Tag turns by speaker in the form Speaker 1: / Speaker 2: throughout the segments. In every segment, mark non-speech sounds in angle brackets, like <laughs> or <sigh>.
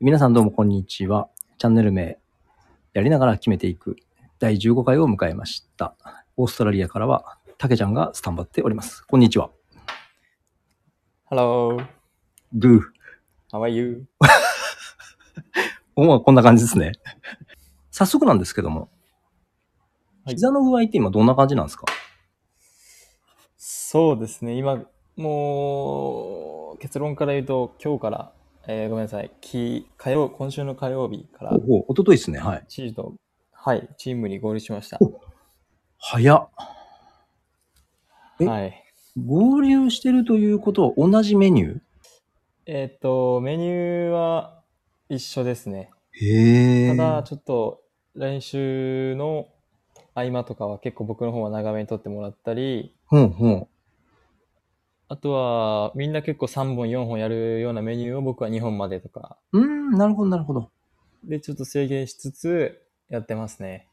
Speaker 1: 皆さんどうもこんにちは。チャンネル名、やりながら決めていく第15回を迎えました。オーストラリアからは、たけちゃんがスタンバっております。こんにちは。
Speaker 2: Hello,
Speaker 1: ドゥ。
Speaker 2: how are you?
Speaker 1: もうこんな感じですね。 <laughs> 早速なんですけども、
Speaker 2: はい
Speaker 1: 膝の具合って今どんな感じなんですか
Speaker 2: そうですね、今、もう、結論から言うと、今日から、えーごめんなさい、き火曜、今週の火曜日から
Speaker 1: お、お、おとといですね。はい。
Speaker 2: チームと、はい、チームに合流しました。
Speaker 1: 早っ。え
Speaker 2: はい。
Speaker 1: 合流してるということは同じメニュ
Speaker 2: えーっと、メニューは一緒ですね。
Speaker 1: ーへ
Speaker 2: た
Speaker 1: ー
Speaker 2: だ、ちょっと、練習の合間とかは結構僕の方は長めに撮ってもらったり、
Speaker 1: ほうほう。
Speaker 2: あとは、みんな結構3本、4本やるようなメニューを僕は2本までとか、
Speaker 1: うーん、なるほど、なるほど。
Speaker 2: で、ちょっと制限しつつ、やってますね。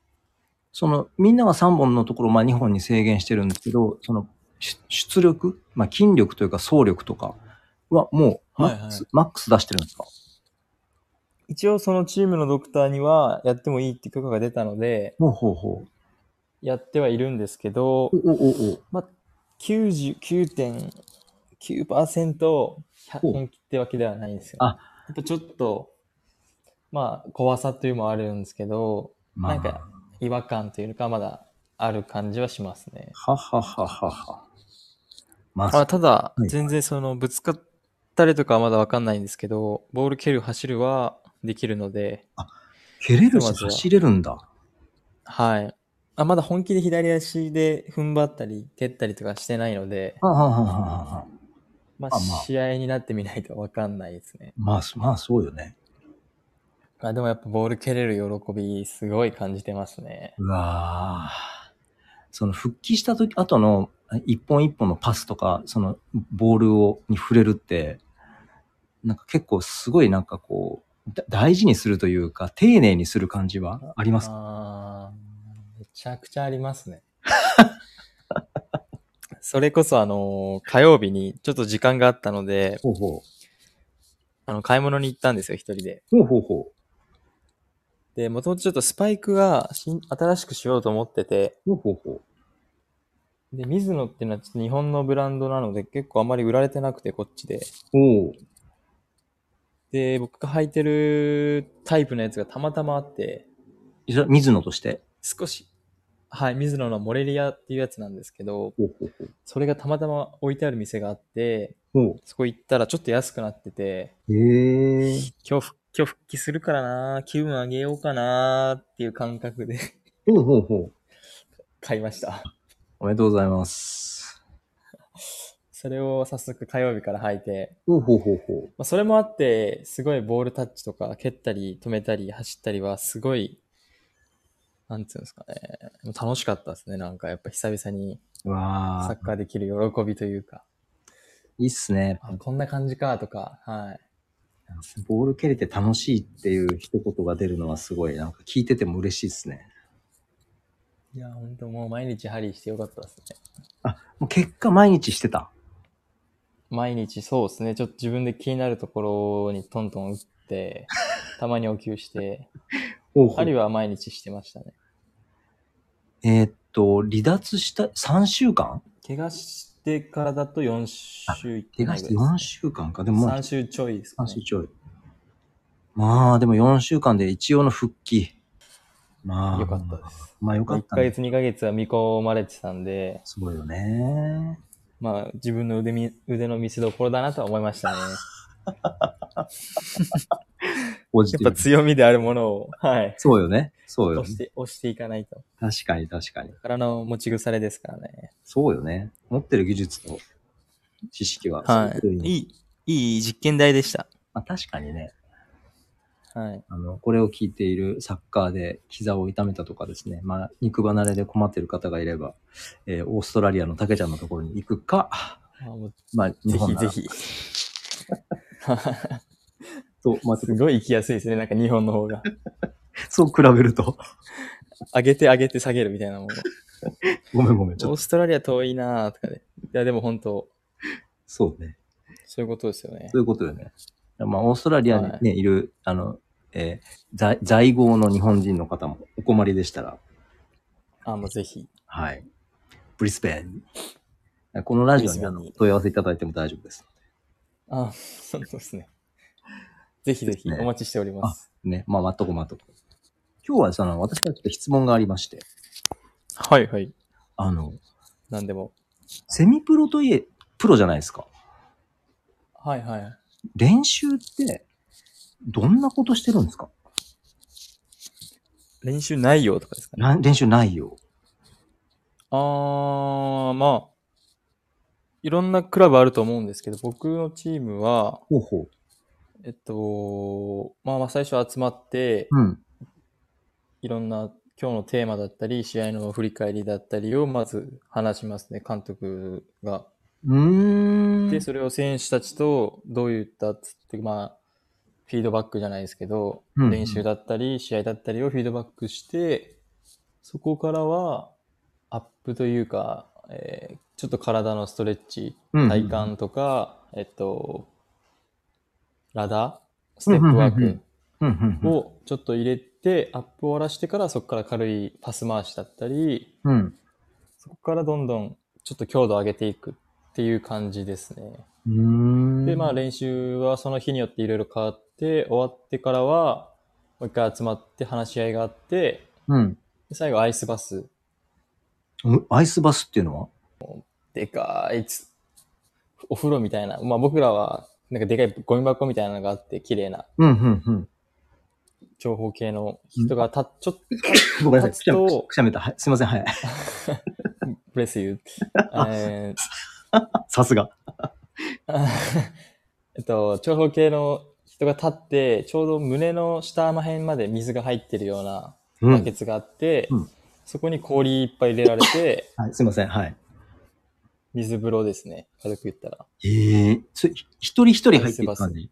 Speaker 1: その、みんなは3本のところ、まあ2本に制限してるんですけど、その、し出力、まあ筋力というか走力とかはもうマックス、
Speaker 2: はいはい
Speaker 1: マックス出してるんですか
Speaker 2: 一応そのチームのドクターにはやってもいいって許可が出たので、
Speaker 1: ほうほうほう。
Speaker 2: やってはいるんですけど
Speaker 1: お、おおお。
Speaker 2: まあ、99.9%
Speaker 1: お
Speaker 2: 本気ってわけではないんですよ。
Speaker 1: あ
Speaker 2: やっぱちょっと、まあ、怖さというのもあるんですけど、
Speaker 1: まあ、
Speaker 2: なんか違和感というか、まだある感じはしますね。
Speaker 1: ははははは。まあ、
Speaker 2: あただ、
Speaker 1: はい
Speaker 2: 全然そのぶつかったりとかはまだわかんないんですけど、ボール蹴る、走るはできるので、
Speaker 1: 蹴れる
Speaker 2: ま
Speaker 1: し
Speaker 2: ずは
Speaker 1: 走れるんだ。
Speaker 2: はい。あ、まだ本気で左足で踏ん張ったり、蹴ったりとかしてないので、
Speaker 1: はあはあはあはあはあ
Speaker 2: ま
Speaker 1: あま
Speaker 2: あ、
Speaker 1: あ
Speaker 2: 試合になってみないとわかんないですね。
Speaker 1: まあ、まあ、そうよね。
Speaker 2: まあ、でもやっぱボール蹴れる喜び、すごい感じてますね。
Speaker 1: うわぁ。その復帰した時後の一本一本のパスとか、そのボールをに触れるって、なんか結構すごいなんかこう、だ大事にするというか、丁寧にする感じはありますか
Speaker 2: あーめちゃくちゃありま
Speaker 1: <laughs>
Speaker 2: すね。それこそあの、火曜日にちょっと時間があったので、
Speaker 1: ほうほ
Speaker 2: あの、買い物に行ったんですよ、一人で。
Speaker 1: う。ほうほうほ
Speaker 2: で、もともとちょっとスパイクが新新しくしようと思ってて、
Speaker 1: う。ほうほうほう。
Speaker 2: で、ミズノっていうのはちょっと日本のブランドなので結構あまり売られてなくてこっちで。
Speaker 1: おう
Speaker 2: で、僕が履いてるタイプのやつがたまたまあって、
Speaker 1: じゃあ水野として。
Speaker 2: 少し、はい、ミズノのモレリアっていうやつなんですけど、
Speaker 1: ほうほうほう。
Speaker 2: それがたまたま置いてある店があって、
Speaker 1: ほ
Speaker 2: そこ行ったらちょっと安くなってて、
Speaker 1: う。へえ。
Speaker 2: 今日復、今日復帰するからな気分上げようかなっていう感覚で <laughs>
Speaker 1: ほうほうほう。
Speaker 2: 買いました。
Speaker 1: おめでとうございます。
Speaker 2: それを早速火曜日から履いて、
Speaker 1: ほうほうほうほ
Speaker 2: まあ、それもあって、すごいボールタッチとか、蹴ったり、止めたり、走ったりは、すごい、なんていうんですかね。もう楽しかったですね。なんか、やっぱ久々に
Speaker 1: う。う
Speaker 2: サ
Speaker 1: わ
Speaker 2: ッ
Speaker 1: ぁ。
Speaker 2: カーできる喜びというか、
Speaker 1: いいっすね。
Speaker 2: あこんな感じか、とか、はい。
Speaker 1: ボール蹴れて楽しいっていう一言が出るのはすごい、なんか聞いてても嬉しいですね。
Speaker 2: いや、本当もう毎日ハリーしてよかったですね。
Speaker 1: もう結果毎日してた。
Speaker 2: 毎日そうですね。ちょっと自分で気になるところにトントン
Speaker 1: <laughs>
Speaker 2: 打って、たまにお給して、ハリーは毎日してましたね。
Speaker 1: えーっと、離脱した3週間
Speaker 2: 怪我してからだと4週いって
Speaker 1: 怪
Speaker 2: な
Speaker 1: 我
Speaker 2: い
Speaker 1: し
Speaker 2: ぐ
Speaker 1: て
Speaker 2: らい
Speaker 1: 4
Speaker 2: で
Speaker 1: 週間
Speaker 2: す
Speaker 1: か。で
Speaker 2: ね、
Speaker 1: ももう
Speaker 2: 3週ちょいですか、
Speaker 1: 3
Speaker 2: ね。
Speaker 1: 週ちょい。まあ、でも4週間で一応の復帰。まあ、
Speaker 2: よかったです。
Speaker 1: まあよか
Speaker 2: 1
Speaker 1: った、
Speaker 2: ヶ
Speaker 1: ね。
Speaker 2: 月、2ヶ月は見込まれてたんで、
Speaker 1: すごいよね。
Speaker 2: まあ、自分の腕み腕の見せどころだなとは思いましたね。
Speaker 1: ポジ
Speaker 2: <laughs> や
Speaker 1: ティ
Speaker 2: っぱ
Speaker 1: ブ。
Speaker 2: 強みであるものを、はい。
Speaker 1: そうよね。そうよ
Speaker 2: 押
Speaker 1: ね
Speaker 2: し。て、押していかないと。
Speaker 1: 確かに確かに。
Speaker 2: からの持ち腐れですからね。
Speaker 1: そうよね。持ってる技術と知識は、そううの
Speaker 2: いい、いい実験台でした。
Speaker 1: まあ、確かにね。
Speaker 2: はい。
Speaker 1: あの、これを聞いているサッカーで膝を痛めたとかですね、まあ、肉離れで困っている方がいれば、えーオーストラリアの竹ちゃんのところに行くか、 <laughs>
Speaker 2: まあもう
Speaker 1: まあ、日
Speaker 2: ぜ
Speaker 1: 本
Speaker 2: ひ
Speaker 1: なら
Speaker 2: ぜひ。
Speaker 1: と、まあ、
Speaker 2: すごい行きやすいですね。なんか日本の <laughs> 方が。
Speaker 1: そう比べると、 <laughs>
Speaker 2: 上げて上げて下げるみたいなもの。
Speaker 1: ごめんごめん、ちょ
Speaker 2: オ
Speaker 1: っと、
Speaker 2: ーストラリア遠いなーとかで。いや、でも本当、
Speaker 1: そうね。
Speaker 2: そういうことですよね
Speaker 1: そ。ういうことよね。まあ、オーストラリアに、ねい、る、あの、えー在、在郷の日本人の方もお困りでしたら、
Speaker 2: あ、もうぜひ。
Speaker 1: はい。ブリスベン。このラジオにあ
Speaker 2: ブリスベン
Speaker 1: の
Speaker 2: に
Speaker 1: 問い合わせいただいても大丈夫です。
Speaker 2: あ、そうですね。ぜひぜひ
Speaker 1: ですね
Speaker 2: お待ちしております。
Speaker 1: ね。まあ、待っとこう待っとこう。今日はその、私からちょっと質問がありまして、
Speaker 2: はいはい。
Speaker 1: あの、
Speaker 2: なんでも。
Speaker 1: セミプロといえ、プロじゃないですか。
Speaker 2: はいはい。
Speaker 1: 練習って、どんなことしてるんですか
Speaker 2: 練習内容とかですかね。
Speaker 1: な練習内容。
Speaker 2: あー、まあ、いろんなクラブあると思うんですけど、僕のチームは、
Speaker 1: ほうほう。
Speaker 2: えっと、まあまあ最初集まって、
Speaker 1: うん。
Speaker 2: いろんな今日のテーマだったり、試合の振り返りだったりをまず話しますね、監督が。
Speaker 1: うーん。
Speaker 2: で、それを選手たちとどういったつって、まあ、フィードバックじゃないですけど、
Speaker 1: うん
Speaker 2: 練習だったり、試合だったりをフィードバックして、そこからは、アップというか、えーちょっと体のストレッチ、
Speaker 1: うん
Speaker 2: 体幹とか、えっと、ラダー、ステップワー
Speaker 1: うんうん
Speaker 2: ク
Speaker 1: うんうんうん
Speaker 2: をちょっと入れて、アップを終わらしてから、そこから軽いパス回しだったり、
Speaker 1: うん。
Speaker 2: そこからどんどんちょっと強度を上げていくっていう感じですね。
Speaker 1: うーん。
Speaker 2: で、まあ練習はその日によっていろいろ変わって、終わってからは、もう一回集まって話し合いがあって、
Speaker 1: うん。
Speaker 2: で最後アイスバス。
Speaker 1: うんアイスバスっていうのは
Speaker 2: でかいつ、お風呂みたいな。まあ僕らは、なんかでかいゴミ箱みたいなのがあって、綺麗な
Speaker 1: うん、うん、うん。
Speaker 2: 長方形の人がた、ちょっと
Speaker 1: ごめんなさい。
Speaker 2: 立
Speaker 1: くし
Speaker 2: つ
Speaker 1: ゃみ
Speaker 2: と
Speaker 1: くしゃみだ。はい。すいません。はい。 <laughs>
Speaker 2: プレス言う。えー <laughs>
Speaker 1: さすが。
Speaker 2: えっと、長方形の人が立って、ちょうど胸の下ま辺まで水が入ってるような
Speaker 1: う
Speaker 2: バ
Speaker 1: ん
Speaker 2: ケ。ツがあって、
Speaker 1: うん
Speaker 2: そこに氷いっぱい入れられて、
Speaker 1: はい、すいません。はい。
Speaker 2: 水風呂ですね。軽く言ったら。
Speaker 1: ええそれひ一人一人入っていく感じ。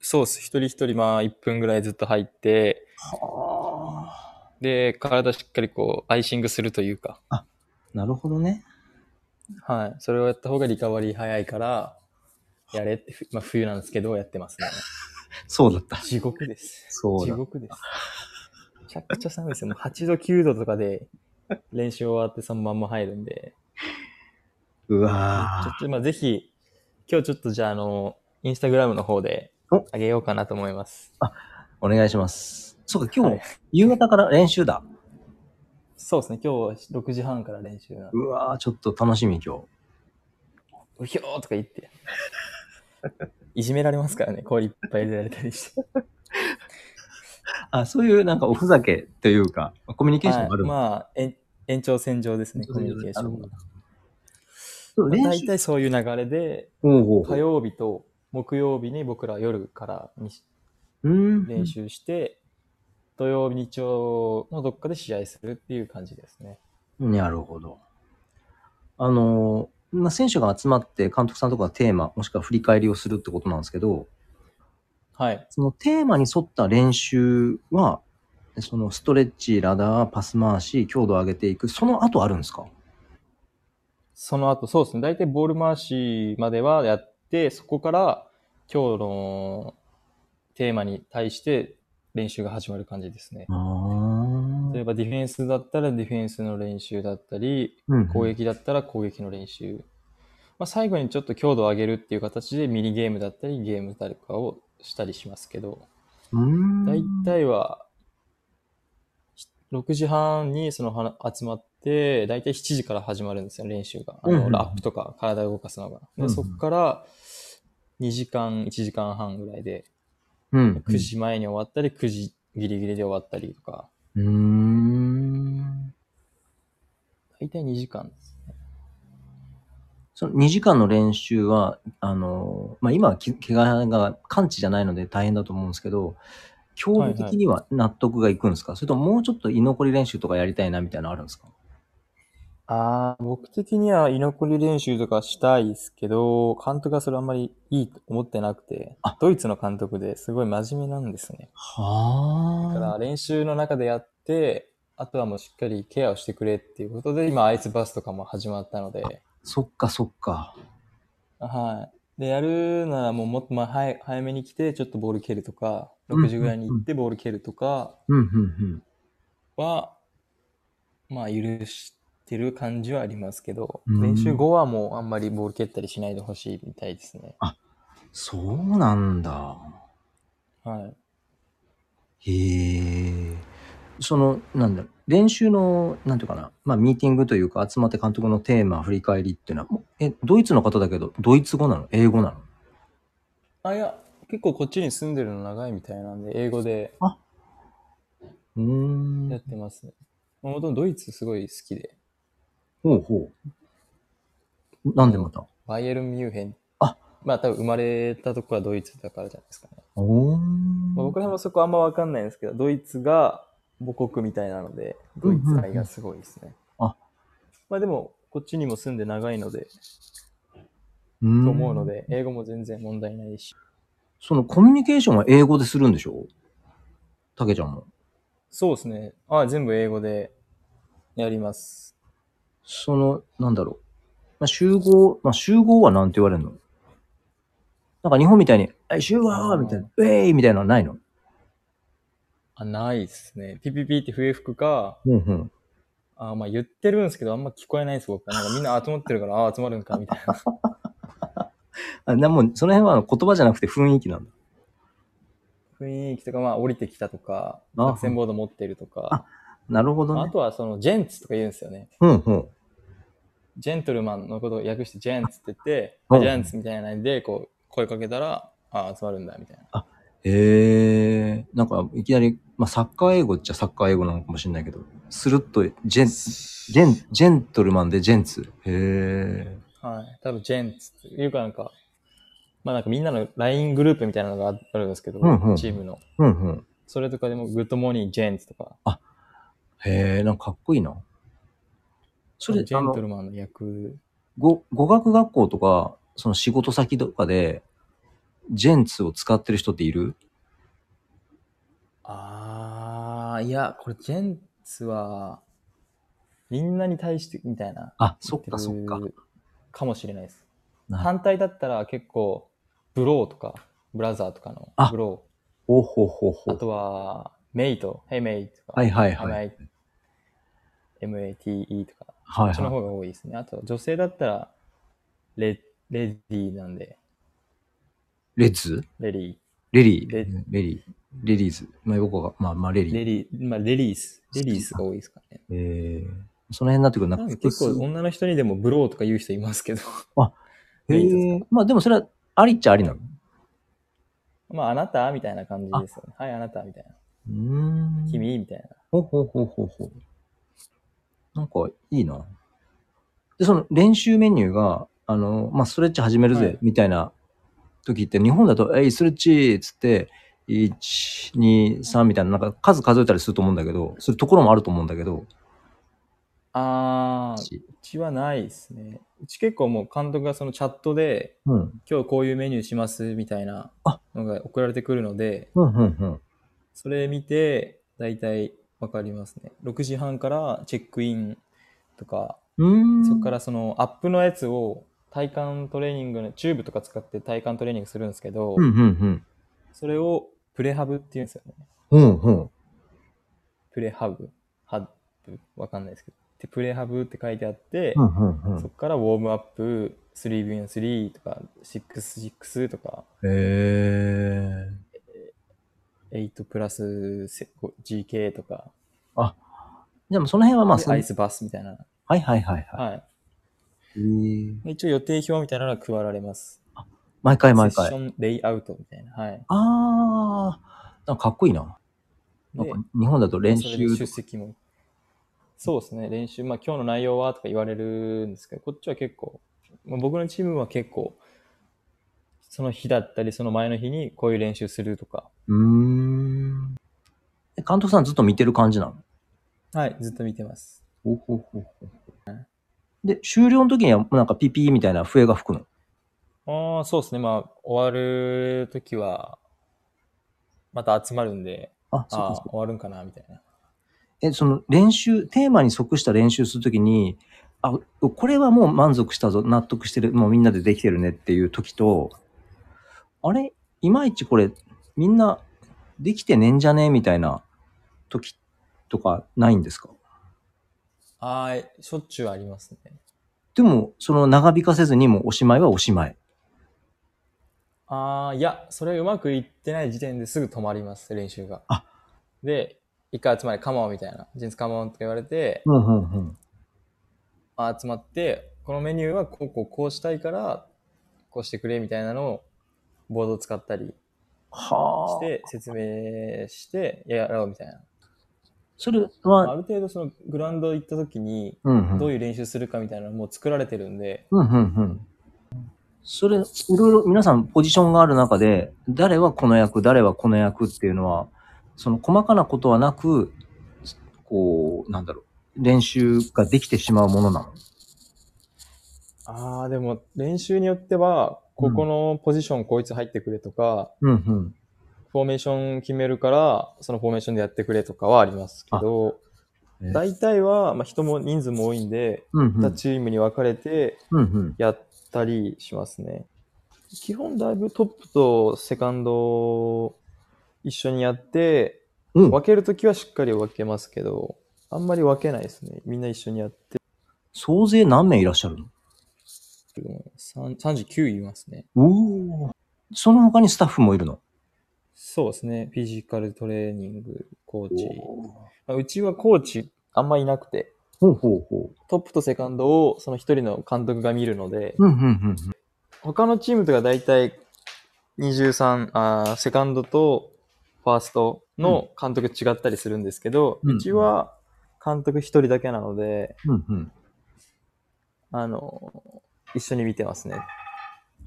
Speaker 2: そうっす。一人一人、まあ、1分ぐらいずっと入って、
Speaker 1: はあ。
Speaker 2: で、体しっかりこう、アイシングするというか、
Speaker 1: なるほどね。
Speaker 2: はい。それをやった方がリカバリー早いから、やれって、ふまあ、冬なんですけど、やってますね。
Speaker 1: そうだった。
Speaker 2: 地獄です。
Speaker 1: そう
Speaker 2: 地
Speaker 1: だ。
Speaker 2: 獄です。めちゃくちゃ寒いですよ。もう8度、9度とかで、練習終わってそのまんま入るんで、
Speaker 1: う
Speaker 2: ちょ
Speaker 1: わ
Speaker 2: っと、まあ、ぜひ、今日ちょっとじゃあ、あの、インスタグラムの方で
Speaker 1: お、
Speaker 2: あげようかなと思います。
Speaker 1: ーお願いします。そうか、今
Speaker 2: は
Speaker 1: 日
Speaker 2: い、
Speaker 1: 夕方から練習だ。
Speaker 2: そうですね。今日は6時半から練習なんで
Speaker 1: うわーちょっと楽しみ、今日。
Speaker 2: うひょーとか言って。いじめられますからね、氷いっぱい入れられたりして。
Speaker 1: あ、そういうなんかおふざけというか、コミュニケーションもあるの、
Speaker 2: はいまあ、延延長線上ですね、
Speaker 1: そ
Speaker 2: コ
Speaker 1: うい
Speaker 2: ミ
Speaker 1: う
Speaker 2: ュニケーションが。
Speaker 1: そう
Speaker 2: まあ
Speaker 1: 練
Speaker 2: 大
Speaker 1: 習。
Speaker 2: 体そういう流れで、
Speaker 1: ほうほうほ
Speaker 2: 火曜日と木曜日に僕ら夜からにし
Speaker 1: ううん。
Speaker 2: 練習して、土曜日、日曜のどっかで試合するっていう感じですね。
Speaker 1: なるほど。あのー、まあ、選手が集まって監督さんとかがテーマ、もしくは振り返りをするってことなんですけど、
Speaker 2: はい。
Speaker 1: そのテーマに沿った練習は、そのストレッチ、ラダー、パス回し、強度を上げていく、その後あるんですか
Speaker 2: その後、そうですね。大体ボール回しまではやって、そこから今日のテーマに対して練習が始まる感じですね。
Speaker 1: ああ。
Speaker 2: 例えばディフェンスだったらディフェンスの練習だったり、
Speaker 1: うん
Speaker 2: 攻撃だったら攻撃の練習。まあ、最後にちょっと強度を上げるっていう形でミニゲームだったりゲーム誰かをしたりしますけど、
Speaker 1: うーん
Speaker 2: 大体は6時半にそのはな集まって、大体7時から始まるんですよ、練習が。あ
Speaker 1: うんう
Speaker 2: の
Speaker 1: ん
Speaker 2: ラップとか体を動かすのが。
Speaker 1: うんう
Speaker 2: で
Speaker 1: ん
Speaker 2: そこから2時間、1時間半ぐらいで、
Speaker 1: うん。
Speaker 2: 9時前に終わったり、9時ギリギリで終わったりとか。
Speaker 1: うーん。
Speaker 2: 大体2時間です。
Speaker 1: その2時間の練習は、あの、まあ、今はき怪我が完治じゃないので大変だと思うんですけど、強度的には納得がいくんですか、それとももうちょっと居残り練習とかやりたいなみたいなのあるんですか
Speaker 2: ああ、僕的には居残り練習とかしたいですけど、監督がそれあんまりいいと思ってなくて
Speaker 1: あ、
Speaker 2: ドイツの監督ですごい真面目なんですね。だか
Speaker 1: は
Speaker 2: ら練習の中でやって、あとはもうしっかりケアをしてくれっていうことで、今アイスバスとかも始まったので、
Speaker 1: そっかそっか。
Speaker 2: はい。で、やるならもうもっと、まあ、早早めに来て、ちょっとボール蹴るとか、
Speaker 1: うん
Speaker 2: 6時ぐらいに行ってボール蹴るとか
Speaker 1: うん、うん、
Speaker 2: は、まあ、許してる感じはありますけど、
Speaker 1: うん
Speaker 2: 練習後はもうあんまりボール蹴ったりしないでほしいみたいですね。
Speaker 1: うん。そうなんだ。
Speaker 2: はい。
Speaker 1: へえ。その、なんだろう、練習の、なんていうかな、まあ、ミーティングというか、集まって監督のテーマ、振り返りっていうのは、もうえ、ドイツの方だけど、ドイツ語なの英語なの
Speaker 2: あ、いや、結構こっちに住んでるの長いみたいなんで、英語で
Speaker 1: うー
Speaker 2: や
Speaker 1: ん
Speaker 2: っ。てますね。もともとドイツすごい好きで、
Speaker 1: ほうほう。なんでまた
Speaker 2: バイエルン・ミュンヘン。
Speaker 1: あ
Speaker 2: まあ多分生まれたとこはドイツだからじゃないですかね。
Speaker 1: おー
Speaker 2: まあ僕らもそこあんまわかんないんですけど、ドイツが母国みたいなので、ドイツ愛がすごいですね。
Speaker 1: うんうんあ
Speaker 2: まあでも、こっちにも住んで長いので、
Speaker 1: と
Speaker 2: と思うの。で、英語も全然問題ないし。
Speaker 1: そのコミュニケーションは英語でするんでしょたけちゃんも。
Speaker 2: そうですね。あ全部英語でやります。
Speaker 1: その、なんだろう。まあ、集合、まあ、集合はなんて言われるのなんか日本みたいに、え、集合みたいな、ウェイみたいなのはないの
Speaker 2: あ、ないですね。ピピピって笛吹くか、
Speaker 1: うんうん。
Speaker 2: あまあ言ってるんですけど、あんま聞こえないです、僕は。なんかみんな集まってるから、あ集まるんか、みたいな。
Speaker 1: <laughs> あ、なもうその辺は言葉じゃなくて雰囲気なんだ。
Speaker 2: 雰囲気とか、まあ降りてきたとか、
Speaker 1: あ
Speaker 2: 作戦ボード持ってるとか、
Speaker 1: なるほど
Speaker 2: あ
Speaker 1: ね。
Speaker 2: とはその、ジェンツとか言うんですよね。
Speaker 1: うんうん。
Speaker 2: ジェントルマンのことを訳してジェンツって言って、
Speaker 1: うん
Speaker 2: ジェンツみたいなので、こう、声かけたら、あ集まるんだ、みたいな。
Speaker 1: へえー、なんかいきなり、まあ、サッカー英語っちゃサッカー英語なのかもしれないけど、スルッとジェン、ジェン、ジェントルマンでジェンツ。へえー。
Speaker 2: はい。多分ジェンツっていうかなんか、まあなんかみんなの LINE グループみたいなのがあるんですけど、
Speaker 1: うんうん
Speaker 2: チームの。
Speaker 1: うんうん。
Speaker 2: それとかでも、グッドモーニージェンツとか、
Speaker 1: へえ、なんかかっこいいな。それ、
Speaker 2: ジ
Speaker 1: あ
Speaker 2: ェン
Speaker 1: の
Speaker 2: トルマンの役、
Speaker 1: 語語学学校とか、その仕事先とかで、ジェンツを使ってる人っている
Speaker 2: あー、いや、これジェンツは、みんなに対して、みたいな。
Speaker 1: あ、そっかそっか。。
Speaker 2: かもしれないです。
Speaker 1: な
Speaker 2: 反対だったら結構、ブローとか、ブラザーとかの
Speaker 1: あ、
Speaker 2: ブロー。
Speaker 1: ほうほうほうほ
Speaker 2: あ
Speaker 1: う。
Speaker 2: とは、メイト、ヘイメイとか、
Speaker 1: はいはいはい。
Speaker 2: MATE とか、
Speaker 1: は
Speaker 2: こ
Speaker 1: い
Speaker 2: っちの
Speaker 1: は
Speaker 2: 方が多いですね。あと、女性だったら、レ、レディーなんで、
Speaker 1: い。レッズ
Speaker 2: レリ
Speaker 1: レリーレ
Speaker 2: レ
Speaker 1: リー。レリーズ。まあ、僕は、まあ、まあ、レ
Speaker 2: ー、
Speaker 1: リ
Speaker 2: レ
Speaker 1: ー。
Speaker 2: リー、まあ、レリース、レリースが多いですかね。
Speaker 1: えー、その辺になってくると
Speaker 2: な
Speaker 1: なんんか
Speaker 2: で結構、女の人にでもブローとか言う人いますけど、
Speaker 1: へ
Speaker 2: <laughs> メインです
Speaker 1: ーまあ、でもそれは、ありっちゃありなの。
Speaker 2: まあ、あなたみたいな感じですよね。はい、あなたみたいな。
Speaker 1: うーん。。
Speaker 2: 君みたいな。
Speaker 1: ほうほうほうほうほう。なんか、いいな。で、その練習メニューが、あの、まあ、ストレッチ始める
Speaker 2: は
Speaker 1: ぜ
Speaker 2: い、
Speaker 1: みたいな時って、日本だと、えい、ストレッチっつって、1、2、3みたいな、なんか数数えたりすると思うんだけど、するところもあると思うんだけど、
Speaker 2: あー、うちはないですね。うち結構もう監督がそのチャットで、
Speaker 1: うん。
Speaker 2: 今日こういうメニューしますみたいな
Speaker 1: あ
Speaker 2: のが送られてくるので、
Speaker 1: うん、うん、うん。
Speaker 2: それ見て、だいたいわかりますね。6時半からチェックインとか、
Speaker 1: うーん。
Speaker 2: そこか。らそのアップのやつを体幹トレーニングの、チューブとか使って体幹トレーニングするんですけど、
Speaker 1: うん、うん、
Speaker 2: それをプレハブっていうんですよね。
Speaker 1: うん。うん、うん。
Speaker 2: プレハブ、ハブ、わかんないですけど。で、プレハブって書いてあって、
Speaker 1: うん、うん、うん
Speaker 2: そ。こからウォームアップ、3v3 とか、66とか、
Speaker 1: へえ。
Speaker 2: 8プラスせ GK とか、
Speaker 1: でもその辺はまあ、そ
Speaker 2: ア
Speaker 1: の
Speaker 2: イスバスみたいな。
Speaker 1: はいはいはいは。
Speaker 2: はい
Speaker 1: へえ
Speaker 2: い。一応予定表みたいなのが配られます。
Speaker 1: 毎回毎
Speaker 2: セッシ
Speaker 1: 回。
Speaker 2: ョンレイアウトみたいな。はい。
Speaker 1: ああ、なんかかっこいいな。なん
Speaker 2: で
Speaker 1: か、日本だと練
Speaker 2: それで
Speaker 1: 習
Speaker 2: 出席も。そうですね。練習、まあ今日の内容はとか言われるんですけど、こっちは結構、まあ僕のチームは結構、その日だったり、その前の日にこういう練習するとか、
Speaker 1: うーん。え監督さんずっと見てる感じなの
Speaker 2: はい、ずっと見てます。
Speaker 1: ほほほで、終了の時にはもうなんかピピーみたいな笛が吹くの。
Speaker 2: ああ、そうですね。まあ、終わるときは、また集まるんで、
Speaker 1: あ、そう
Speaker 2: あ
Speaker 1: か
Speaker 2: あ
Speaker 1: そ、うか。
Speaker 2: 終わるんかな、みたいな。
Speaker 1: え、その練習、テーマに即した練習するときに、あ、これはもう満足したぞ、納得してる、もうみんなでできてるねっていう時と、あれ、いまいちこれ、みんなできてねえんじゃねえみたいな時とかないんですか
Speaker 2: ああ、しょっちゅうありますね。
Speaker 1: でも、その長引かせずにもうおしまいはおしまい。
Speaker 2: ああ、いや、それうまくいってない時点ですぐ止まります、練習が。
Speaker 1: あ
Speaker 2: で、一回集まれ、カモンみたいな、ジンスカモンとか言われて、
Speaker 1: うんうんうん。
Speaker 2: まあ、集まって、このメニューはこうこうこうしたいから、こうしてくれみたいなのを、ボードを使ったりし
Speaker 1: はあ。
Speaker 2: て、説明して、やろうみたいな。
Speaker 1: それ
Speaker 2: あ
Speaker 1: は、
Speaker 2: る程度そのグラウンド行った時に、
Speaker 1: うんうん
Speaker 2: どういう練習するかみたいなのもう作られてるんで、
Speaker 1: うんうんうん。それ、いろいろ皆さんポジションがある中で、誰はこの役、誰はこの役っていうのは、その細かなことはなく、こう、なんだろう、練習ができてしまうものなの。
Speaker 2: ああ、でも練習によっては、ここのポジションこいつ入ってくれとか、
Speaker 1: うんうん。
Speaker 2: フォーメーション決めるから、そのフォーメーションでやってくれとかはありますけど、
Speaker 1: え
Speaker 2: 大体は、まあ、人も人数も多いんで、
Speaker 1: うんう
Speaker 2: 2
Speaker 1: ん。
Speaker 2: チームに分かれて
Speaker 1: うんうん。
Speaker 2: やったりしますね。基本だいぶトップとセカンドを一緒にやって、
Speaker 1: うん
Speaker 2: 分けるときはしっかり分けますけど、あんまり分けないですね。みんな一緒にやって
Speaker 1: 総勢何名いらっしゃるの
Speaker 2: ると思います。さん39いますね。
Speaker 1: おお。その他にスタッフもいるの
Speaker 2: そうですね。フィジカルトレーニング、コーチ。まあうちはコーチあんまいなくて、
Speaker 1: ほうほうほ
Speaker 2: トップとセカンドをその一人の監督が見るので、
Speaker 1: う。うんうんうん
Speaker 2: 他のチームとか大体23あー、セカンドとファーストの監督違ったりするんですけど、
Speaker 1: う
Speaker 2: うんちは監督一人だけなので、
Speaker 1: うん。うんうん。
Speaker 2: あの、一緒に見てますね。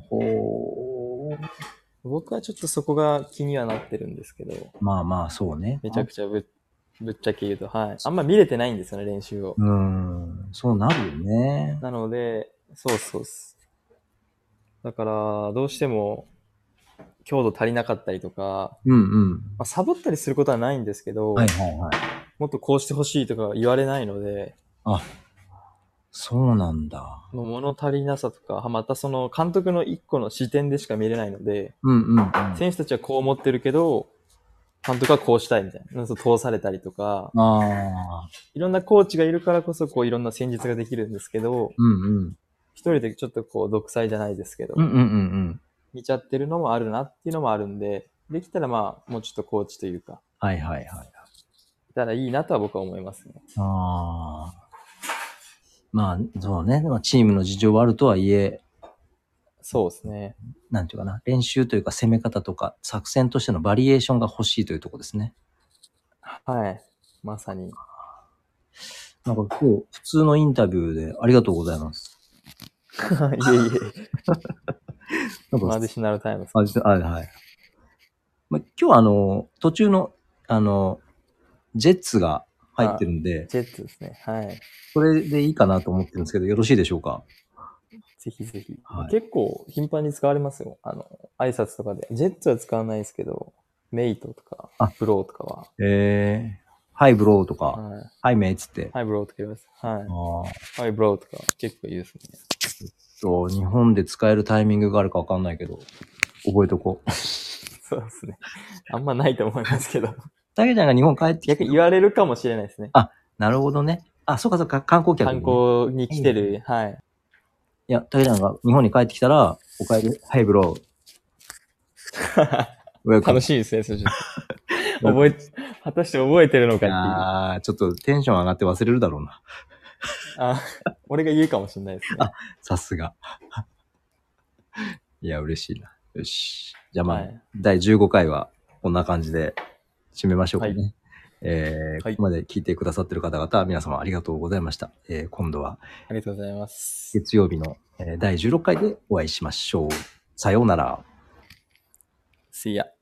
Speaker 1: ほー
Speaker 2: 僕はちょっとそこが気にはなってるんですけど、
Speaker 1: まあまあ、そうね。
Speaker 2: めちゃくちゃぶっぶっちゃけ言うと、はい。あんま見れてないんですよね、練習を。
Speaker 1: うーん、そうなるよね。
Speaker 2: なので、そうそうっす。だから、どうしても、強度足りなかったりとか、
Speaker 1: うんうん。
Speaker 2: まあ、サボったりすることはないんですけど、
Speaker 1: はいはいはい。
Speaker 2: もっとこうしてほしいとか言われないので、
Speaker 1: そうなんだ。
Speaker 2: もう物足りなさとか、またその監督の一個の視点でしか見れないので、
Speaker 1: うんうんうん。
Speaker 2: 選手たちはこう思ってるけど、監督はこうしたいみたいな、そう通されたりとか、
Speaker 1: ああ、
Speaker 2: いろんなコーチがいるからこそ、こういろんな戦術ができるんですけど、
Speaker 1: うんうん。
Speaker 2: 一人でちょっとこう独裁じゃないですけど、
Speaker 1: うんうんうん。
Speaker 2: 見ちゃってるのもあるなっていうのもあるんで、できたらまあ、もうちょっとコーチというか、
Speaker 1: はいはいはい。
Speaker 2: いたらいいなとは僕は思いますね。
Speaker 1: ああ。まあ、そうね。まあ、チームの事情はあるとはいえ、
Speaker 2: そうですね。
Speaker 1: なんていうかな、練習というか攻め方とか作戦としてのバリエーションが欲しいというところですね。
Speaker 2: はい。まさ <laughs> に。
Speaker 1: なんか今日、普通のインタビューでありがとうございます。
Speaker 2: いえいえ、
Speaker 1: なん
Speaker 2: マ
Speaker 1: か
Speaker 2: ディショナルタイムです。
Speaker 1: あ、じゃあはいはい。まあ、今日はあの、途中の、あの、ジェッツが入ってるんで、
Speaker 2: ジェッツですね。はい。
Speaker 1: それでいいかなと思ってるんですけど、よろしいでしょうか
Speaker 2: ぜひぜひ。
Speaker 1: はい
Speaker 2: 結構頻繁に使われますよ。あの、挨拶とかで。ジェッツは使わないですけど、メイトとか
Speaker 1: あ、
Speaker 2: ブローとかは。
Speaker 1: ええハイブローとか、
Speaker 2: はい。
Speaker 1: ハイメイつって。
Speaker 2: ハイブローとか言います。は
Speaker 1: あーえっ
Speaker 2: い。ハイブローとか結構いいですね。
Speaker 1: と、日本で使えるタイミングがあるかわかんないけど、覚えとこう。
Speaker 2: そうですね。あんまないと思いますけ <laughs> ど。
Speaker 1: たけちゃんが日本帰ってき
Speaker 2: 逆
Speaker 1: て
Speaker 2: に、言われるかもしれないですね。
Speaker 1: なるほどね。あ、そうかそうか、観光客、ね。
Speaker 2: 観光に来てる、はい。
Speaker 1: いや、たけちゃんが日本に帰ってきたら、お帰り、ハイブロー。ウェルカム
Speaker 2: 楽しいですね、それちょっと覚え、果たして覚えてるのかっていう。あ
Speaker 1: ああ、ちょっとテンション上がって忘れるだろうな。
Speaker 2: 俺が言うかもしれないですね。
Speaker 1: さすが。 <laughs> いや、嬉しいな。よし。じゃあまあ、
Speaker 2: はい
Speaker 1: 第15回はこんな感じで締めましょうかね。
Speaker 2: は
Speaker 1: えー
Speaker 2: はい
Speaker 1: ここまで聞いてくださってる方々、皆様ありがとうございました。えー今度は
Speaker 2: ありがとうございます。
Speaker 1: 月曜日の、えー第16回でお会いしましょう。さようなら。
Speaker 2: See ya.